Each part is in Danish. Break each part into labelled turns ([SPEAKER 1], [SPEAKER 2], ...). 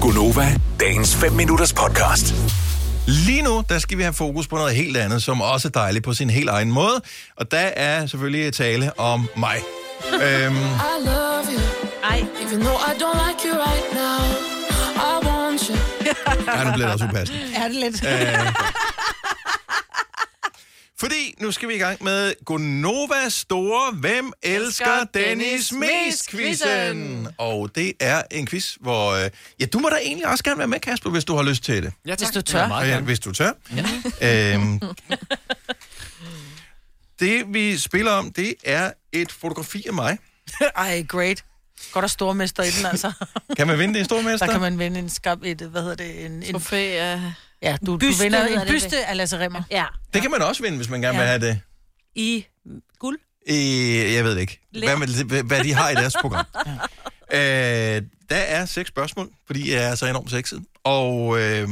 [SPEAKER 1] Gunova, dagens 5 minutters podcast.
[SPEAKER 2] Lige nu, der skal vi have fokus på noget helt andet, som også er dejligt på sin helt egen måde. Og der er selvfølgelig tale om mig. øhm,
[SPEAKER 3] I love you,
[SPEAKER 4] Ej,
[SPEAKER 3] even though I don't like you right now. I want you.
[SPEAKER 2] ej, nu bliver det også upassende. Øh,
[SPEAKER 4] er det lidt?
[SPEAKER 2] Fordi nu skal vi i gang med Gonovas store Hvem elsker
[SPEAKER 4] Elsker
[SPEAKER 2] Dennis
[SPEAKER 4] Dennis
[SPEAKER 2] mest quizzen Og det er en quiz, hvor... Øh, ja, du må da egentlig også gerne være med, Kasper, hvis du har lyst til det.
[SPEAKER 5] Ja, tak.
[SPEAKER 4] Hvis du tør.
[SPEAKER 5] Ja, meget
[SPEAKER 2] Og ja,
[SPEAKER 5] gerne.
[SPEAKER 2] hvis du tør. Ja. Øhm, det, vi spiller om, det er et fotografi af mig.
[SPEAKER 4] Ej, great. Godt at stormester i den, altså.
[SPEAKER 2] Kan man vinde det i stormester?
[SPEAKER 4] Der kan man vinde en skab, et, hvad hedder det, en, en
[SPEAKER 6] Trofæ af...
[SPEAKER 4] ja, du, du
[SPEAKER 6] Byste
[SPEAKER 4] vinder
[SPEAKER 6] hedder
[SPEAKER 4] en
[SPEAKER 6] det
[SPEAKER 4] byste af Lasse Rimmer.
[SPEAKER 6] Ja.
[SPEAKER 2] Det kan man også vinde, hvis man gerne ja. vil have
[SPEAKER 6] Ja.
[SPEAKER 2] det.
[SPEAKER 6] I guld.
[SPEAKER 2] Øh, jeg ved det ikke. Hvad, med, hvad- hvad de har i deres program. øh, der er seks spørgsmål, fordi jeg er så enormt sexet. Og øh,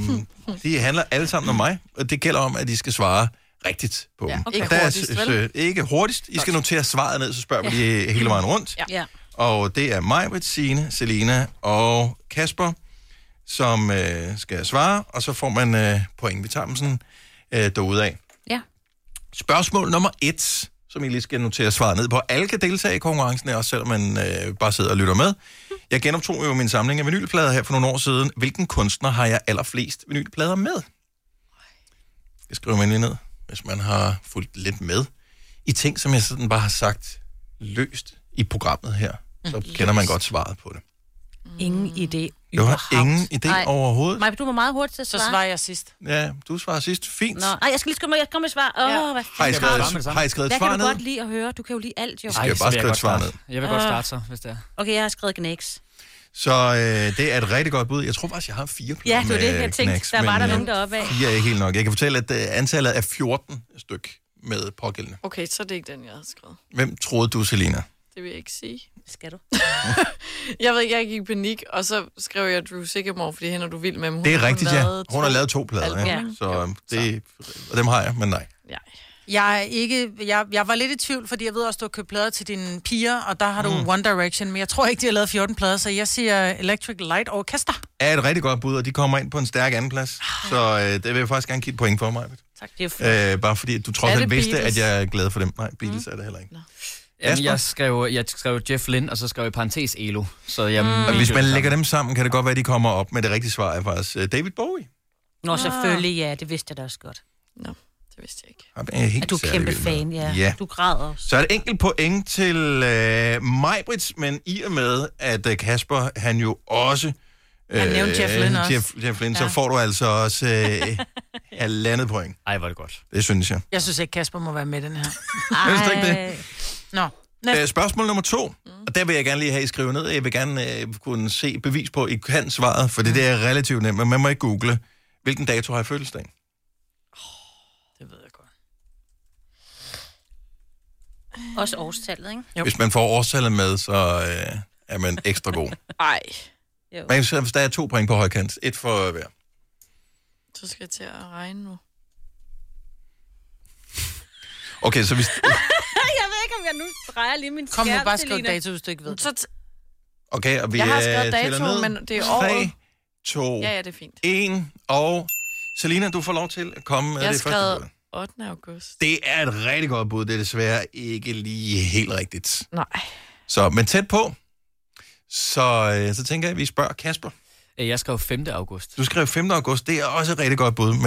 [SPEAKER 2] de handler alle sammen om mig. Og det gælder om, at I skal svare rigtigt på ja, dem.
[SPEAKER 6] okay.
[SPEAKER 2] Og
[SPEAKER 6] Ikke hurtigst,
[SPEAKER 2] s-
[SPEAKER 6] vel?
[SPEAKER 2] øh, ikke hurtigst. I skal notere svaret ned, så spørger vi ja. hele vejen rundt. Ja.
[SPEAKER 6] Ja.
[SPEAKER 2] Og det er mig, Bettine, Selina og Kasper, som øh, skal svare. Og så får man øh, point. Vi tager dem sådan øh, derudad.
[SPEAKER 6] Ja.
[SPEAKER 2] Spørgsmål nummer et, som I lige skal notere svaret ned på. Alle kan deltage i konkurrencen, også selvom man øh, bare sidder og lytter med. Jeg genoptog jo min samling af vinylplader her for nogle år siden. Hvilken kunstner har jeg allerflest vinylplader med? Det skriver man lige ned, hvis man har fulgt lidt med. I ting, som jeg sådan bare har sagt løst i programmet her, så
[SPEAKER 6] Mm-hmm.
[SPEAKER 2] kender man godt svaret på det.
[SPEAKER 6] Ingen idé.
[SPEAKER 2] Du har ingen idé
[SPEAKER 6] Ej.
[SPEAKER 2] overhovedet.
[SPEAKER 6] Maja, du var meget hurtig til at
[SPEAKER 4] Så
[SPEAKER 6] svare.
[SPEAKER 4] svarer jeg sidst.
[SPEAKER 2] Ja, du svarer sidst. Fint.
[SPEAKER 6] Nå, ej, jeg skal lige skynde mig. Jeg kommer med svar. Åh,
[SPEAKER 4] Ja.
[SPEAKER 6] oh, hvad
[SPEAKER 2] Har I
[SPEAKER 6] fanden.
[SPEAKER 2] skrevet,
[SPEAKER 5] Bare med det samme.
[SPEAKER 2] har I skrevet et
[SPEAKER 6] Hvad kan
[SPEAKER 2] svar
[SPEAKER 6] du
[SPEAKER 2] ned?
[SPEAKER 6] godt lide at høre? Du kan jo lide alt, jo.
[SPEAKER 2] Ej, jeg bare
[SPEAKER 5] så vil
[SPEAKER 2] skrive et
[SPEAKER 5] godt
[SPEAKER 2] svar
[SPEAKER 5] starte. Jeg vil godt
[SPEAKER 6] Ah.
[SPEAKER 5] starte så, hvis det er.
[SPEAKER 6] Okay, jeg har skrevet Gnex.
[SPEAKER 2] Så øh, det er et rigtig godt bud. Jeg tror faktisk, jeg har fire plader
[SPEAKER 6] Ja, det var det,
[SPEAKER 2] med
[SPEAKER 6] jeg tænkte.
[SPEAKER 2] Knacks,
[SPEAKER 6] Der var
[SPEAKER 2] men,
[SPEAKER 6] der
[SPEAKER 2] øh,
[SPEAKER 6] nogen deroppe af.
[SPEAKER 2] Fire er ikke helt nok. Jeg kan fortælle, at øh, antallet er 14 styk med pågældende.
[SPEAKER 7] Okay, så er det ikke den, jeg havde skrevet.
[SPEAKER 2] Hvem troede du, Selina?
[SPEAKER 7] Det vil jeg ikke sige.
[SPEAKER 6] Skal du?
[SPEAKER 7] Jeg ved ikke, jeg gik i panik, og så skrev jeg Drew Sigamore, fordi hende er du vild med. men hun
[SPEAKER 2] Det er
[SPEAKER 7] har kun
[SPEAKER 2] rigtigt, ja. Hun har
[SPEAKER 7] to.
[SPEAKER 2] lavet to plader, ja.
[SPEAKER 6] Ja.
[SPEAKER 2] Så øh, det, og dem har jeg, men nej.
[SPEAKER 7] Ja.
[SPEAKER 4] Jeg, er ikke, jeg, jeg var lidt i tvivl, fordi jeg ved også, du har købt plader til dine piger, og der har du
[SPEAKER 2] Mm.
[SPEAKER 4] One Direction, men jeg tror ikke, de har lavet 14 plader, så jeg siger Electric Light Orchestra.
[SPEAKER 2] Er et rigtig godt bud, og de kommer ind på en stærk andenplads. Så øh, det vil jeg faktisk gerne give et point for mig.
[SPEAKER 6] Tak, det er jo fint.
[SPEAKER 2] Øh, bare fordi du trods
[SPEAKER 7] Er det
[SPEAKER 2] alt vidste, at
[SPEAKER 7] Beatles?
[SPEAKER 2] jeg er glad for dem. Nej, Beatles er det heller ikke.
[SPEAKER 5] Jamen,
[SPEAKER 2] Jasper?
[SPEAKER 5] jeg, skrev, jeg skrev Jeff Lynn, og så skrev jeg parentes Elo. Så jeg
[SPEAKER 6] Mm.
[SPEAKER 2] Og hvis man lægger dem sammen, kan det godt være, at de kommer op med det rigtige svar. er faktisk øh, David Bowie.
[SPEAKER 6] Nå, selvfølgelig, ja. Det vidste jeg da også godt.
[SPEAKER 7] Nå, det vidste jeg ikke.
[SPEAKER 2] Ham er jeg helt
[SPEAKER 6] At du er
[SPEAKER 2] særlig
[SPEAKER 6] kæmpe
[SPEAKER 2] vild med.
[SPEAKER 6] fan, ja.
[SPEAKER 2] Ja.
[SPEAKER 6] Du græder også.
[SPEAKER 2] Så er det enkelt point til øh, Majbrits, men i og med, at øh, Kasper, han jo også... Øh,
[SPEAKER 4] Han nævnte Jeff Lynne også.
[SPEAKER 2] Jeff, Jeff Lynne, ja. så får du altså også øh, halvandet point.
[SPEAKER 5] Ej, hvor er det godt.
[SPEAKER 2] Det synes jeg.
[SPEAKER 4] Jeg synes ikke, Kasper må være med i den her.
[SPEAKER 2] Synes du ikke det?
[SPEAKER 6] Ej.
[SPEAKER 4] Nå,
[SPEAKER 2] Øh, spørgsmål nummer to, og der vil jeg gerne lige have, I skriver ned. Jeg vil gerne øh, kunne se bevis på, at I kan svaret,
[SPEAKER 7] Mm.
[SPEAKER 2] for det der er relativt nemt, men man må ikke google, hvilken dato har jeg fødselsdag?
[SPEAKER 4] det ved jeg godt.
[SPEAKER 6] Også årstallet, ikke?
[SPEAKER 4] Jo.
[SPEAKER 2] Hvis man får årstallet med, så øh, er man ekstra god.
[SPEAKER 7] Ej,
[SPEAKER 6] Jo.
[SPEAKER 2] Man kan se, hvis der er to point på højkant. Et for hver.
[SPEAKER 7] så skal jeg til at regne nu.
[SPEAKER 2] Okay, så hvis...
[SPEAKER 6] Jeg ved ikke, om jeg nu drejer lige min
[SPEAKER 4] Kom nu,
[SPEAKER 6] skærm,
[SPEAKER 4] bare skriv
[SPEAKER 6] Selina.
[SPEAKER 4] dato, hvis du ikke ved. det.
[SPEAKER 7] Så t-
[SPEAKER 2] Okay, og vi
[SPEAKER 7] jeg har
[SPEAKER 2] øh,
[SPEAKER 7] skrevet
[SPEAKER 2] tæller ned.
[SPEAKER 7] datoen, men det er året.
[SPEAKER 2] 3, 2,
[SPEAKER 7] Ja, ja, det er fint.
[SPEAKER 2] 1, og Selina, du får lov til at komme med
[SPEAKER 7] Jeg har
[SPEAKER 2] det første bud.
[SPEAKER 7] skrevet 8. august.
[SPEAKER 2] Det er et rigtig godt bud, det er desværre ikke lige helt rigtigt.
[SPEAKER 7] Nej.
[SPEAKER 2] Så, men tæt på. Så, øh, så tænker jeg, at vi spørger Kasper.
[SPEAKER 5] Øh, Jeg skrev 5. august.
[SPEAKER 2] Du skrev 5. august, det er også et rigtig godt bud, men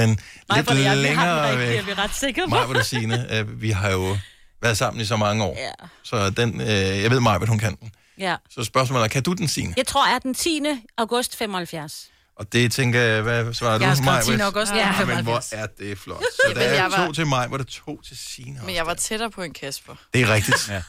[SPEAKER 6] Nej,
[SPEAKER 2] lidt
[SPEAKER 6] for det er, vi har den
[SPEAKER 2] længere
[SPEAKER 6] rigtige, er
[SPEAKER 2] væk.
[SPEAKER 6] vi ret sikre på.
[SPEAKER 2] Maja, hvor du Signe, øh, vi har jo været sammen i så mange år.
[SPEAKER 6] Ja.
[SPEAKER 2] Så den, øh, jeg ved Maja, hvad hun kan den.
[SPEAKER 6] ja.
[SPEAKER 2] Så spørgsmålet er, kan du den, Signe?
[SPEAKER 6] Jeg tror, er den 10. august 75.
[SPEAKER 2] Og det tænker jeg, hvad svarer du?
[SPEAKER 4] Jeg har skrevet
[SPEAKER 2] Majbrit?
[SPEAKER 4] 10. august.
[SPEAKER 6] Ja,
[SPEAKER 2] Ja, men
[SPEAKER 4] 75.
[SPEAKER 2] hvor er det flot. Så der
[SPEAKER 7] men
[SPEAKER 2] er
[SPEAKER 7] jeg var-
[SPEAKER 2] to til mig, hvor der er to til Signe. også
[SPEAKER 7] Men jeg var
[SPEAKER 2] der.
[SPEAKER 7] tættere på en Kasper.
[SPEAKER 2] Det er rigtigt. ja.
[SPEAKER 5] Ja.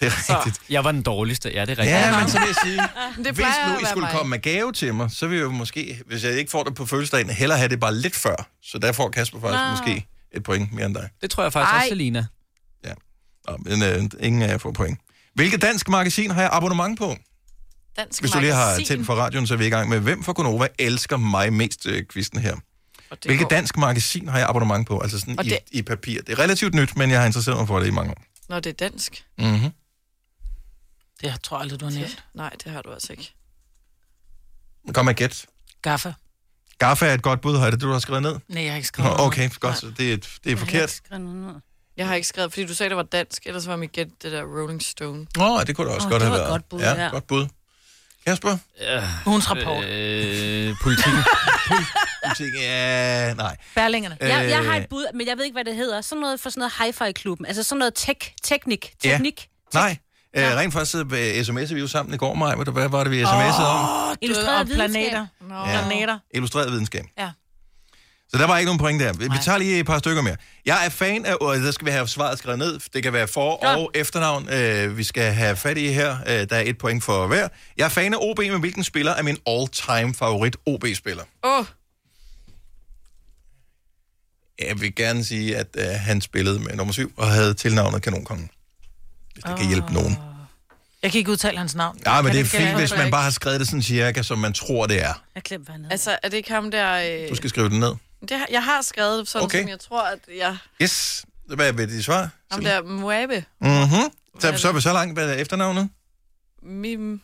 [SPEAKER 2] Det er rigtigt.
[SPEAKER 5] Jeg var den dårligste. Ja, det er rigtigt.
[SPEAKER 2] Ja, men så vil jeg sige,
[SPEAKER 7] Men det
[SPEAKER 2] hvis
[SPEAKER 7] plejer
[SPEAKER 2] nu
[SPEAKER 7] at
[SPEAKER 2] I
[SPEAKER 7] være
[SPEAKER 2] skulle
[SPEAKER 7] mig.
[SPEAKER 2] komme med gave til mig, så vil jeg jo måske, hvis jeg ikke får det på fødselsdagen, hellere have det bare lidt før. Så der får Kasper faktisk
[SPEAKER 7] Nå.
[SPEAKER 2] måske et point mere end dig.
[SPEAKER 5] Det tror jeg faktisk
[SPEAKER 7] Ej.
[SPEAKER 5] også, Selina.
[SPEAKER 2] Nå, men øh, ingen af jer får point. Hvilket dansk magasin har jeg abonnement på?
[SPEAKER 7] Dansk
[SPEAKER 2] Hvis du lige har
[SPEAKER 7] Magasin,
[SPEAKER 2] tændt for radioen, så er vi i gang med, hvem fra Gonova elsker mig mest, øh, kvisten her.
[SPEAKER 7] og det
[SPEAKER 2] Hvilket
[SPEAKER 7] går-
[SPEAKER 2] dansk magasin har jeg abonnement på? Altså sådan
[SPEAKER 7] Og
[SPEAKER 2] i,
[SPEAKER 7] det-
[SPEAKER 2] i papir. Det er relativt nyt, men jeg har interesseret mig for det i mange år.
[SPEAKER 7] Nå, det er dansk.
[SPEAKER 2] Mm-hmm.
[SPEAKER 4] Det tror jeg aldrig, du har nævnt.
[SPEAKER 7] Nej, det har du altså ikke.
[SPEAKER 2] Kom med gæt.
[SPEAKER 4] Gaffa.
[SPEAKER 2] Gaffa er et godt bud, har jeg det, du har skrevet ned?
[SPEAKER 4] Nej, jeg har ikke skrevet
[SPEAKER 2] Nå,
[SPEAKER 4] noget.
[SPEAKER 2] okay, godt, så det er, det er forkert.
[SPEAKER 7] Jeg har ikke skrevet, fordi du sagde, det var dansk, ellers var mit gæt det der Rolling Stone.
[SPEAKER 2] Åh, oh, det kunne det også oh,
[SPEAKER 6] Åh,
[SPEAKER 2] godt
[SPEAKER 6] det
[SPEAKER 2] have
[SPEAKER 6] var
[SPEAKER 2] været.
[SPEAKER 6] et godt bud,
[SPEAKER 2] ja,
[SPEAKER 6] ja.
[SPEAKER 2] godt bud. Kasper?
[SPEAKER 4] Ugens rapport.
[SPEAKER 5] Øh, politikken.
[SPEAKER 2] Ja, nej.
[SPEAKER 4] Berlingerne.
[SPEAKER 6] Jeg, jeg
[SPEAKER 2] Øh.
[SPEAKER 6] har et bud, men jeg ved ikke, hvad det hedder. Sådan noget for sådan noget hi-fi-klubben. Altså sådan noget tech, teknik,
[SPEAKER 2] Ja.
[SPEAKER 6] teknik.
[SPEAKER 2] Nej, øh, rent faktisk så øh, sms'ede vi jo sammen i går, Maja. Hvad var det, vi sms'ede oh. om?
[SPEAKER 4] Illustreret og
[SPEAKER 6] Illustreret
[SPEAKER 4] planeter.
[SPEAKER 7] Nå.
[SPEAKER 2] Ja.
[SPEAKER 4] Planeter.
[SPEAKER 2] Illustreret videnskab.
[SPEAKER 4] Ja.
[SPEAKER 2] Så der var ikke nogen point der. Vi, vi tager lige et par stykker mere. Jeg er fan af, og der skal vi have svaret skrevet ned. Det kan være for- og efternavn, øh, vi skal have fat i her. Øh, der er et point for hver. Jeg er fan af OB, men hvilken spiller er min all-time favorit OB-spiller?
[SPEAKER 7] Åh, oh,
[SPEAKER 2] Jeg vil gerne sige, at øh, han spillede med nummer 7 og havde tilnavnet Kanonkongen. Hvis det oh. kan hjælpe nogen.
[SPEAKER 4] Jeg kan ikke udtale hans navn.
[SPEAKER 2] Ja, men
[SPEAKER 4] Kan
[SPEAKER 2] det er
[SPEAKER 4] ikke
[SPEAKER 2] fint,
[SPEAKER 4] gætte?
[SPEAKER 2] hvis man bare har skrevet det sådan cirka, som man tror, det er.
[SPEAKER 6] Jeg glemte, hvad han hedder.
[SPEAKER 7] altså er det ikke ham der... Øh,
[SPEAKER 2] Du skal skrive det ned.
[SPEAKER 7] det, har- jeg har skrevet det sådan,
[SPEAKER 2] Okay.
[SPEAKER 7] okay. som jeg tror, at jeg...
[SPEAKER 2] Yes. Hvad er dit svar?
[SPEAKER 7] Ham der Muabe.
[SPEAKER 2] Mm-hmm.
[SPEAKER 7] er
[SPEAKER 2] Så,
[SPEAKER 7] det?
[SPEAKER 2] så er vi så langt. Hvad er efternavnet?
[SPEAKER 7] Mim...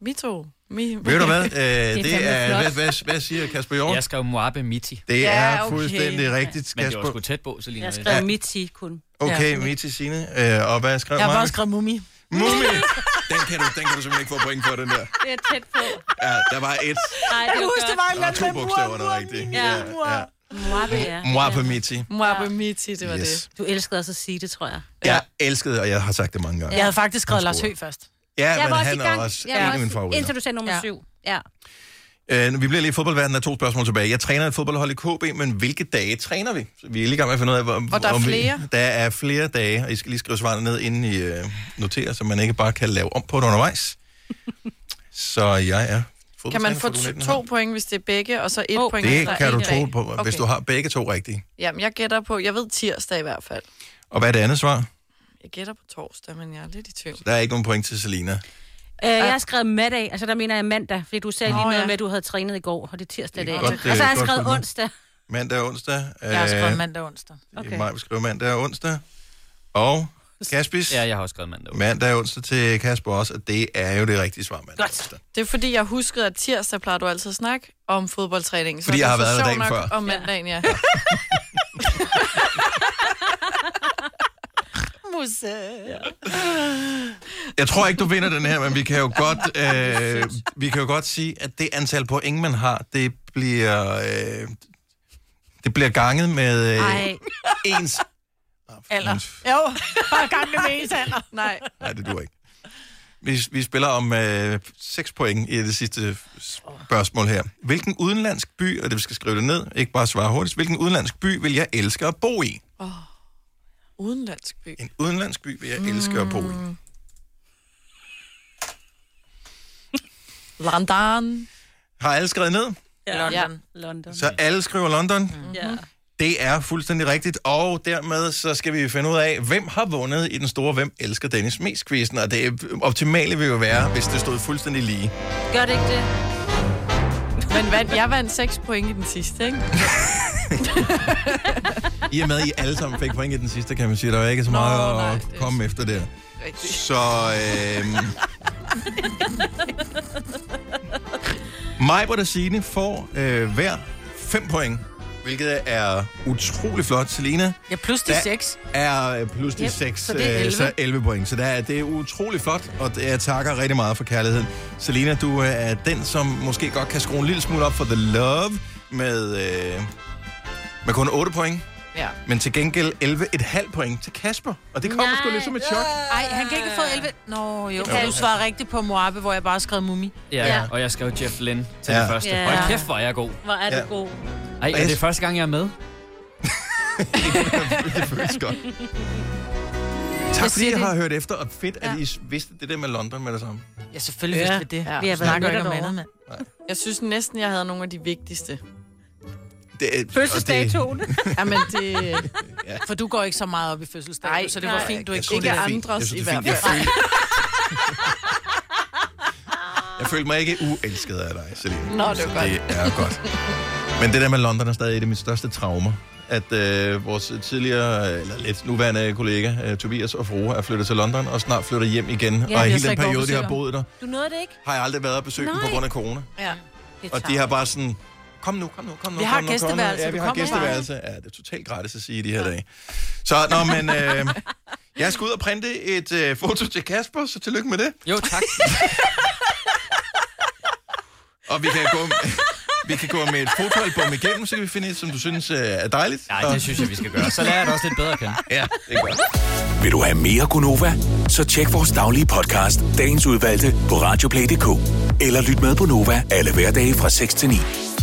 [SPEAKER 7] Mito. Mi,
[SPEAKER 2] Ved du hvad? Øh, det, det
[SPEAKER 6] fandme
[SPEAKER 2] er,
[SPEAKER 6] flot.
[SPEAKER 2] hvad, hvad, hvad siger Kasper Hjort?
[SPEAKER 5] Jeg skrev Moabe Miti.
[SPEAKER 2] Det
[SPEAKER 7] Ja,
[SPEAKER 2] er
[SPEAKER 7] okay.
[SPEAKER 2] fuldstændig rigtigt,
[SPEAKER 5] Men det var sgu
[SPEAKER 2] Kasper.
[SPEAKER 5] tæt på, så lige
[SPEAKER 6] Jeg
[SPEAKER 5] noget.
[SPEAKER 6] skrev ja. mit i kun.
[SPEAKER 2] Okay, med til Signe. Øh, og hvad skrev
[SPEAKER 4] Jeg har
[SPEAKER 2] Maja?
[SPEAKER 4] bare skrevet mumi.
[SPEAKER 2] Mumi! Den kan, du, den kan du simpelthen ikke få point for, den der.
[SPEAKER 6] Det er tæt på.
[SPEAKER 2] Ja, der var et.
[SPEAKER 6] Nej, det var godt.
[SPEAKER 4] var
[SPEAKER 2] Der var to bogstaver, der var rigtigt.
[SPEAKER 6] Ja.
[SPEAKER 2] ja.
[SPEAKER 6] Moabe, ja.
[SPEAKER 2] Mor på Miti.
[SPEAKER 7] Muabe Miti, det var
[SPEAKER 2] Yes.
[SPEAKER 7] yes.
[SPEAKER 6] Du elskede også at sige det, tror jeg.
[SPEAKER 2] Jeg elskede, det, og jeg har sagt det mange gange.
[SPEAKER 4] Jeg havde faktisk skrevet Lars
[SPEAKER 2] scorer.
[SPEAKER 4] Høgh først.
[SPEAKER 2] Ja,
[SPEAKER 6] jeg
[SPEAKER 2] men han er også
[SPEAKER 6] var
[SPEAKER 2] en af mine favoritter.
[SPEAKER 6] Indtil du sagde nummer
[SPEAKER 4] Ja.
[SPEAKER 6] syv. Ja.
[SPEAKER 2] Øh, nu- vi bliver lige i fodboldverdenen, der er to spørgsmål tilbage. Jeg træner et fodboldhold i KB, men hvilke dage træner vi? Så vi er lige i gang med at finde ud af, hvor,
[SPEAKER 7] Og der er
[SPEAKER 2] om
[SPEAKER 7] flere.
[SPEAKER 2] Vi, der er flere dage, og I skal lige skrive svarene ned, inden I øh, noterer, så man ikke bare kan lave om på det undervejs. så jeg er
[SPEAKER 7] det. Kan man få
[SPEAKER 2] fodboldtræner for
[SPEAKER 7] to, to point, hvis det er begge, og så et
[SPEAKER 6] Åh,
[SPEAKER 7] oh, point, hvis
[SPEAKER 2] Det
[SPEAKER 7] der er
[SPEAKER 2] kan
[SPEAKER 7] en
[SPEAKER 2] du
[SPEAKER 7] dag?
[SPEAKER 2] tro på, okay. hvis
[SPEAKER 7] Okay.
[SPEAKER 2] du har begge to rigtige.
[SPEAKER 7] Jamen, jeg gætter på... Jeg ved tirsdag i hvert fald.
[SPEAKER 2] Og hvad er det andet svar?
[SPEAKER 7] Jeg gætter på torsdag, men jeg er lidt i tvivl.
[SPEAKER 2] Der er ikke nogen point til Selina.
[SPEAKER 6] Øh, jeg har skrevet mandag, altså der mener jeg mandag, fordi du sagde lige
[SPEAKER 7] Nå,
[SPEAKER 6] noget
[SPEAKER 7] ja.
[SPEAKER 6] med, at du havde trænet i går, og det er tirsdag i
[SPEAKER 2] Det er
[SPEAKER 6] dag.
[SPEAKER 2] godt,
[SPEAKER 6] og så har jeg
[SPEAKER 2] øh, godt
[SPEAKER 6] skrevet
[SPEAKER 2] fulgt med.
[SPEAKER 6] onsdag.
[SPEAKER 2] Mandag og onsdag.
[SPEAKER 4] Jeg har skrevet mandag og onsdag.
[SPEAKER 2] Okay.
[SPEAKER 6] Okay.
[SPEAKER 2] Maj, vi skriver mandag og onsdag. Og Kaspis.
[SPEAKER 5] Ja, jeg har også skrevet mandag.
[SPEAKER 2] Mandag og onsdag til Kasper også, og det er jo det rigtige svar, mandag og onsdag.
[SPEAKER 7] Det er fordi, jeg huskede, at tirsdag plejer du altid at snakke om fodboldtræning. Så
[SPEAKER 2] Fordi
[SPEAKER 7] det
[SPEAKER 2] jeg
[SPEAKER 7] er
[SPEAKER 2] har
[SPEAKER 7] så
[SPEAKER 2] været der
[SPEAKER 7] sjovt
[SPEAKER 2] dagen
[SPEAKER 7] nok
[SPEAKER 2] før.
[SPEAKER 7] Om mandagen, ja.
[SPEAKER 2] Jeg tror ikke, du vinder den her, men vi kan jo godt, øh, vi kan jo godt sige, at det antal point, man har, det bliver, øh, det bliver ganget med øh,
[SPEAKER 6] Ej,
[SPEAKER 2] ens...
[SPEAKER 4] Alder.
[SPEAKER 2] Nå,
[SPEAKER 4] Jo, bare gang med ens alder.
[SPEAKER 7] Nej.
[SPEAKER 2] Nej, det duer ikke. Vi, vi spiller om øh, 6 point i det sidste spørgsmål her. Hvilken udenlandsk by, og det vi skal skrive det ned, ikke bare svare hurtigt, hvilken udenlandsk by vil jeg elske at bo i?
[SPEAKER 7] Udenlandsk by.
[SPEAKER 2] En udenlandsk by vil jeg elske at bo i.
[SPEAKER 7] London.
[SPEAKER 2] Har alle skrevet ned?
[SPEAKER 6] ja.
[SPEAKER 7] London.
[SPEAKER 6] London.
[SPEAKER 2] Så alle skriver London? Mm.
[SPEAKER 4] Mhm.
[SPEAKER 6] Ja.
[SPEAKER 2] Det er fuldstændig rigtigt, og dermed så skal vi finde ud af, hvem har vundet i den store Hvem elsker Dennis mest quizzen, og det optimale vil jo være, hvis det stod fuldstændig lige.
[SPEAKER 6] Gør det ikke det?
[SPEAKER 7] Men vand, jeg vandt 6 point i den sidste, ikke?
[SPEAKER 2] I og med, at I alle sammen fik point i den sidste, kan man sige, der var ikke så meget Nå,
[SPEAKER 7] nej,
[SPEAKER 2] at
[SPEAKER 7] det er
[SPEAKER 2] komme efter der.
[SPEAKER 7] Rigtigt.
[SPEAKER 2] Så, øhm... Majbert og Signe får øh, hver fem point, hvilket er utrolig flot. Selina,
[SPEAKER 4] Ja, plus de
[SPEAKER 2] Ja.
[SPEAKER 4] seks.
[SPEAKER 2] er øh, plus de
[SPEAKER 4] Yep,
[SPEAKER 2] 6,
[SPEAKER 4] så det er 11.
[SPEAKER 2] så 11 point. Så der er, det er utrolig flot, og det, jeg takker rigtig meget for kærligheden. Selina, du øh, er den, som måske godt kan skrue en lille smule op for The Love med, øh, med kun 8 point,
[SPEAKER 7] Ja.
[SPEAKER 2] men til gengæld 11,5 point til Kasper. Og det kommer
[SPEAKER 6] Nej.
[SPEAKER 2] sgu lidt som et chok.
[SPEAKER 4] Ej, han kan ikke få 11. Nå, jo, for
[SPEAKER 6] kan
[SPEAKER 4] du
[SPEAKER 6] jeg.
[SPEAKER 4] svarer rigtigt på Moabe, hvor jeg bare har skrevet mumi.
[SPEAKER 5] Ja,
[SPEAKER 6] Ja.
[SPEAKER 5] ja, og jeg skrev Jeff Lynne til
[SPEAKER 2] Ja.
[SPEAKER 5] det første.
[SPEAKER 6] Ja.
[SPEAKER 5] Hold kæft, hvor er jeg god.
[SPEAKER 6] Hvor er du
[SPEAKER 2] Ja.
[SPEAKER 6] god.
[SPEAKER 5] Ej,
[SPEAKER 2] jeg-
[SPEAKER 5] er det første gang, jeg er med?
[SPEAKER 2] det føles godt. Tak fordi
[SPEAKER 4] siger
[SPEAKER 2] I
[SPEAKER 4] det.
[SPEAKER 2] har hørt efter, og fedt, at I vidste det der med London med det samme.
[SPEAKER 4] Ja, selvfølgelig
[SPEAKER 7] Ja.
[SPEAKER 4] vidste vi det.
[SPEAKER 7] Ja.
[SPEAKER 4] Vi
[SPEAKER 6] Vi har
[SPEAKER 4] har
[SPEAKER 6] været
[SPEAKER 4] snakker ikke om
[SPEAKER 6] netop
[SPEAKER 4] andet, mand.
[SPEAKER 7] Jeg synes næsten, jeg havde nogle af de vigtigste.
[SPEAKER 2] Det er- og det-
[SPEAKER 6] Fødselsdatoen.
[SPEAKER 7] Jamen, det...
[SPEAKER 4] For du går ikke så meget op i fødselsdag,
[SPEAKER 7] Nej,
[SPEAKER 4] så det var
[SPEAKER 7] nej.
[SPEAKER 4] fint, du ikke
[SPEAKER 2] synes,
[SPEAKER 4] kunne
[SPEAKER 7] Ikke
[SPEAKER 2] det
[SPEAKER 4] det.
[SPEAKER 2] er fint.
[SPEAKER 7] andres
[SPEAKER 2] Jeg synes,
[SPEAKER 7] i
[SPEAKER 2] det er fint.
[SPEAKER 7] hvert
[SPEAKER 2] Jeg følte- Jeg følte mig ikke uelsket af dig, Selina.
[SPEAKER 7] Nå, det var godt.
[SPEAKER 2] Det er godt. Men det der med London er stadig et af mine største traumer. At øh, vores tidligere, øh, eller lidt nuværende kollega, øh, Tobias og Frohe, er flyttet til London og snart flytter hjem igen.
[SPEAKER 6] jeg
[SPEAKER 2] og i
[SPEAKER 6] bliver
[SPEAKER 2] hele
[SPEAKER 6] så
[SPEAKER 2] den
[SPEAKER 6] ikke over
[SPEAKER 2] periode, de
[SPEAKER 6] besøg
[SPEAKER 2] har
[SPEAKER 6] dem.
[SPEAKER 2] boet der,
[SPEAKER 6] Du nåede det ikke?
[SPEAKER 2] har jeg aldrig været og besøgt dem på
[SPEAKER 6] Nej.
[SPEAKER 2] grund af corona.
[SPEAKER 7] Ja.
[SPEAKER 6] Det
[SPEAKER 2] Og de har bare sådan, kom nu, kom nu, kom nu.
[SPEAKER 4] Vi
[SPEAKER 2] kom
[SPEAKER 4] har
[SPEAKER 2] nu, kom nu.
[SPEAKER 4] gæsteværelse,
[SPEAKER 2] Ja,
[SPEAKER 4] du
[SPEAKER 2] vi har
[SPEAKER 4] kommer
[SPEAKER 2] gæsteværelse. Ja, det er totalt gratis at sige i de her dage. Så, nå, men øh, jeg skal ud og printe et øh, foto til Kasper, så tillykke med det.
[SPEAKER 5] Jo, tak.
[SPEAKER 2] Og vi kan gå, vi kan gå med et fotoalbum igennem, så kan vi finde et, som du synes øh, er dejligt.
[SPEAKER 5] Nej,
[SPEAKER 2] Og-
[SPEAKER 5] det synes jeg, vi skal gøre. Så lærer jeg dig også lidt bedre at kende.
[SPEAKER 2] Ja, det er godt.
[SPEAKER 1] Vil du have mere Gunova? Så tjek vores daglige podcast, dagens udvalgte, på radioplay.dk. Eller lyt med på Nova alle hverdage fra 6 til 9.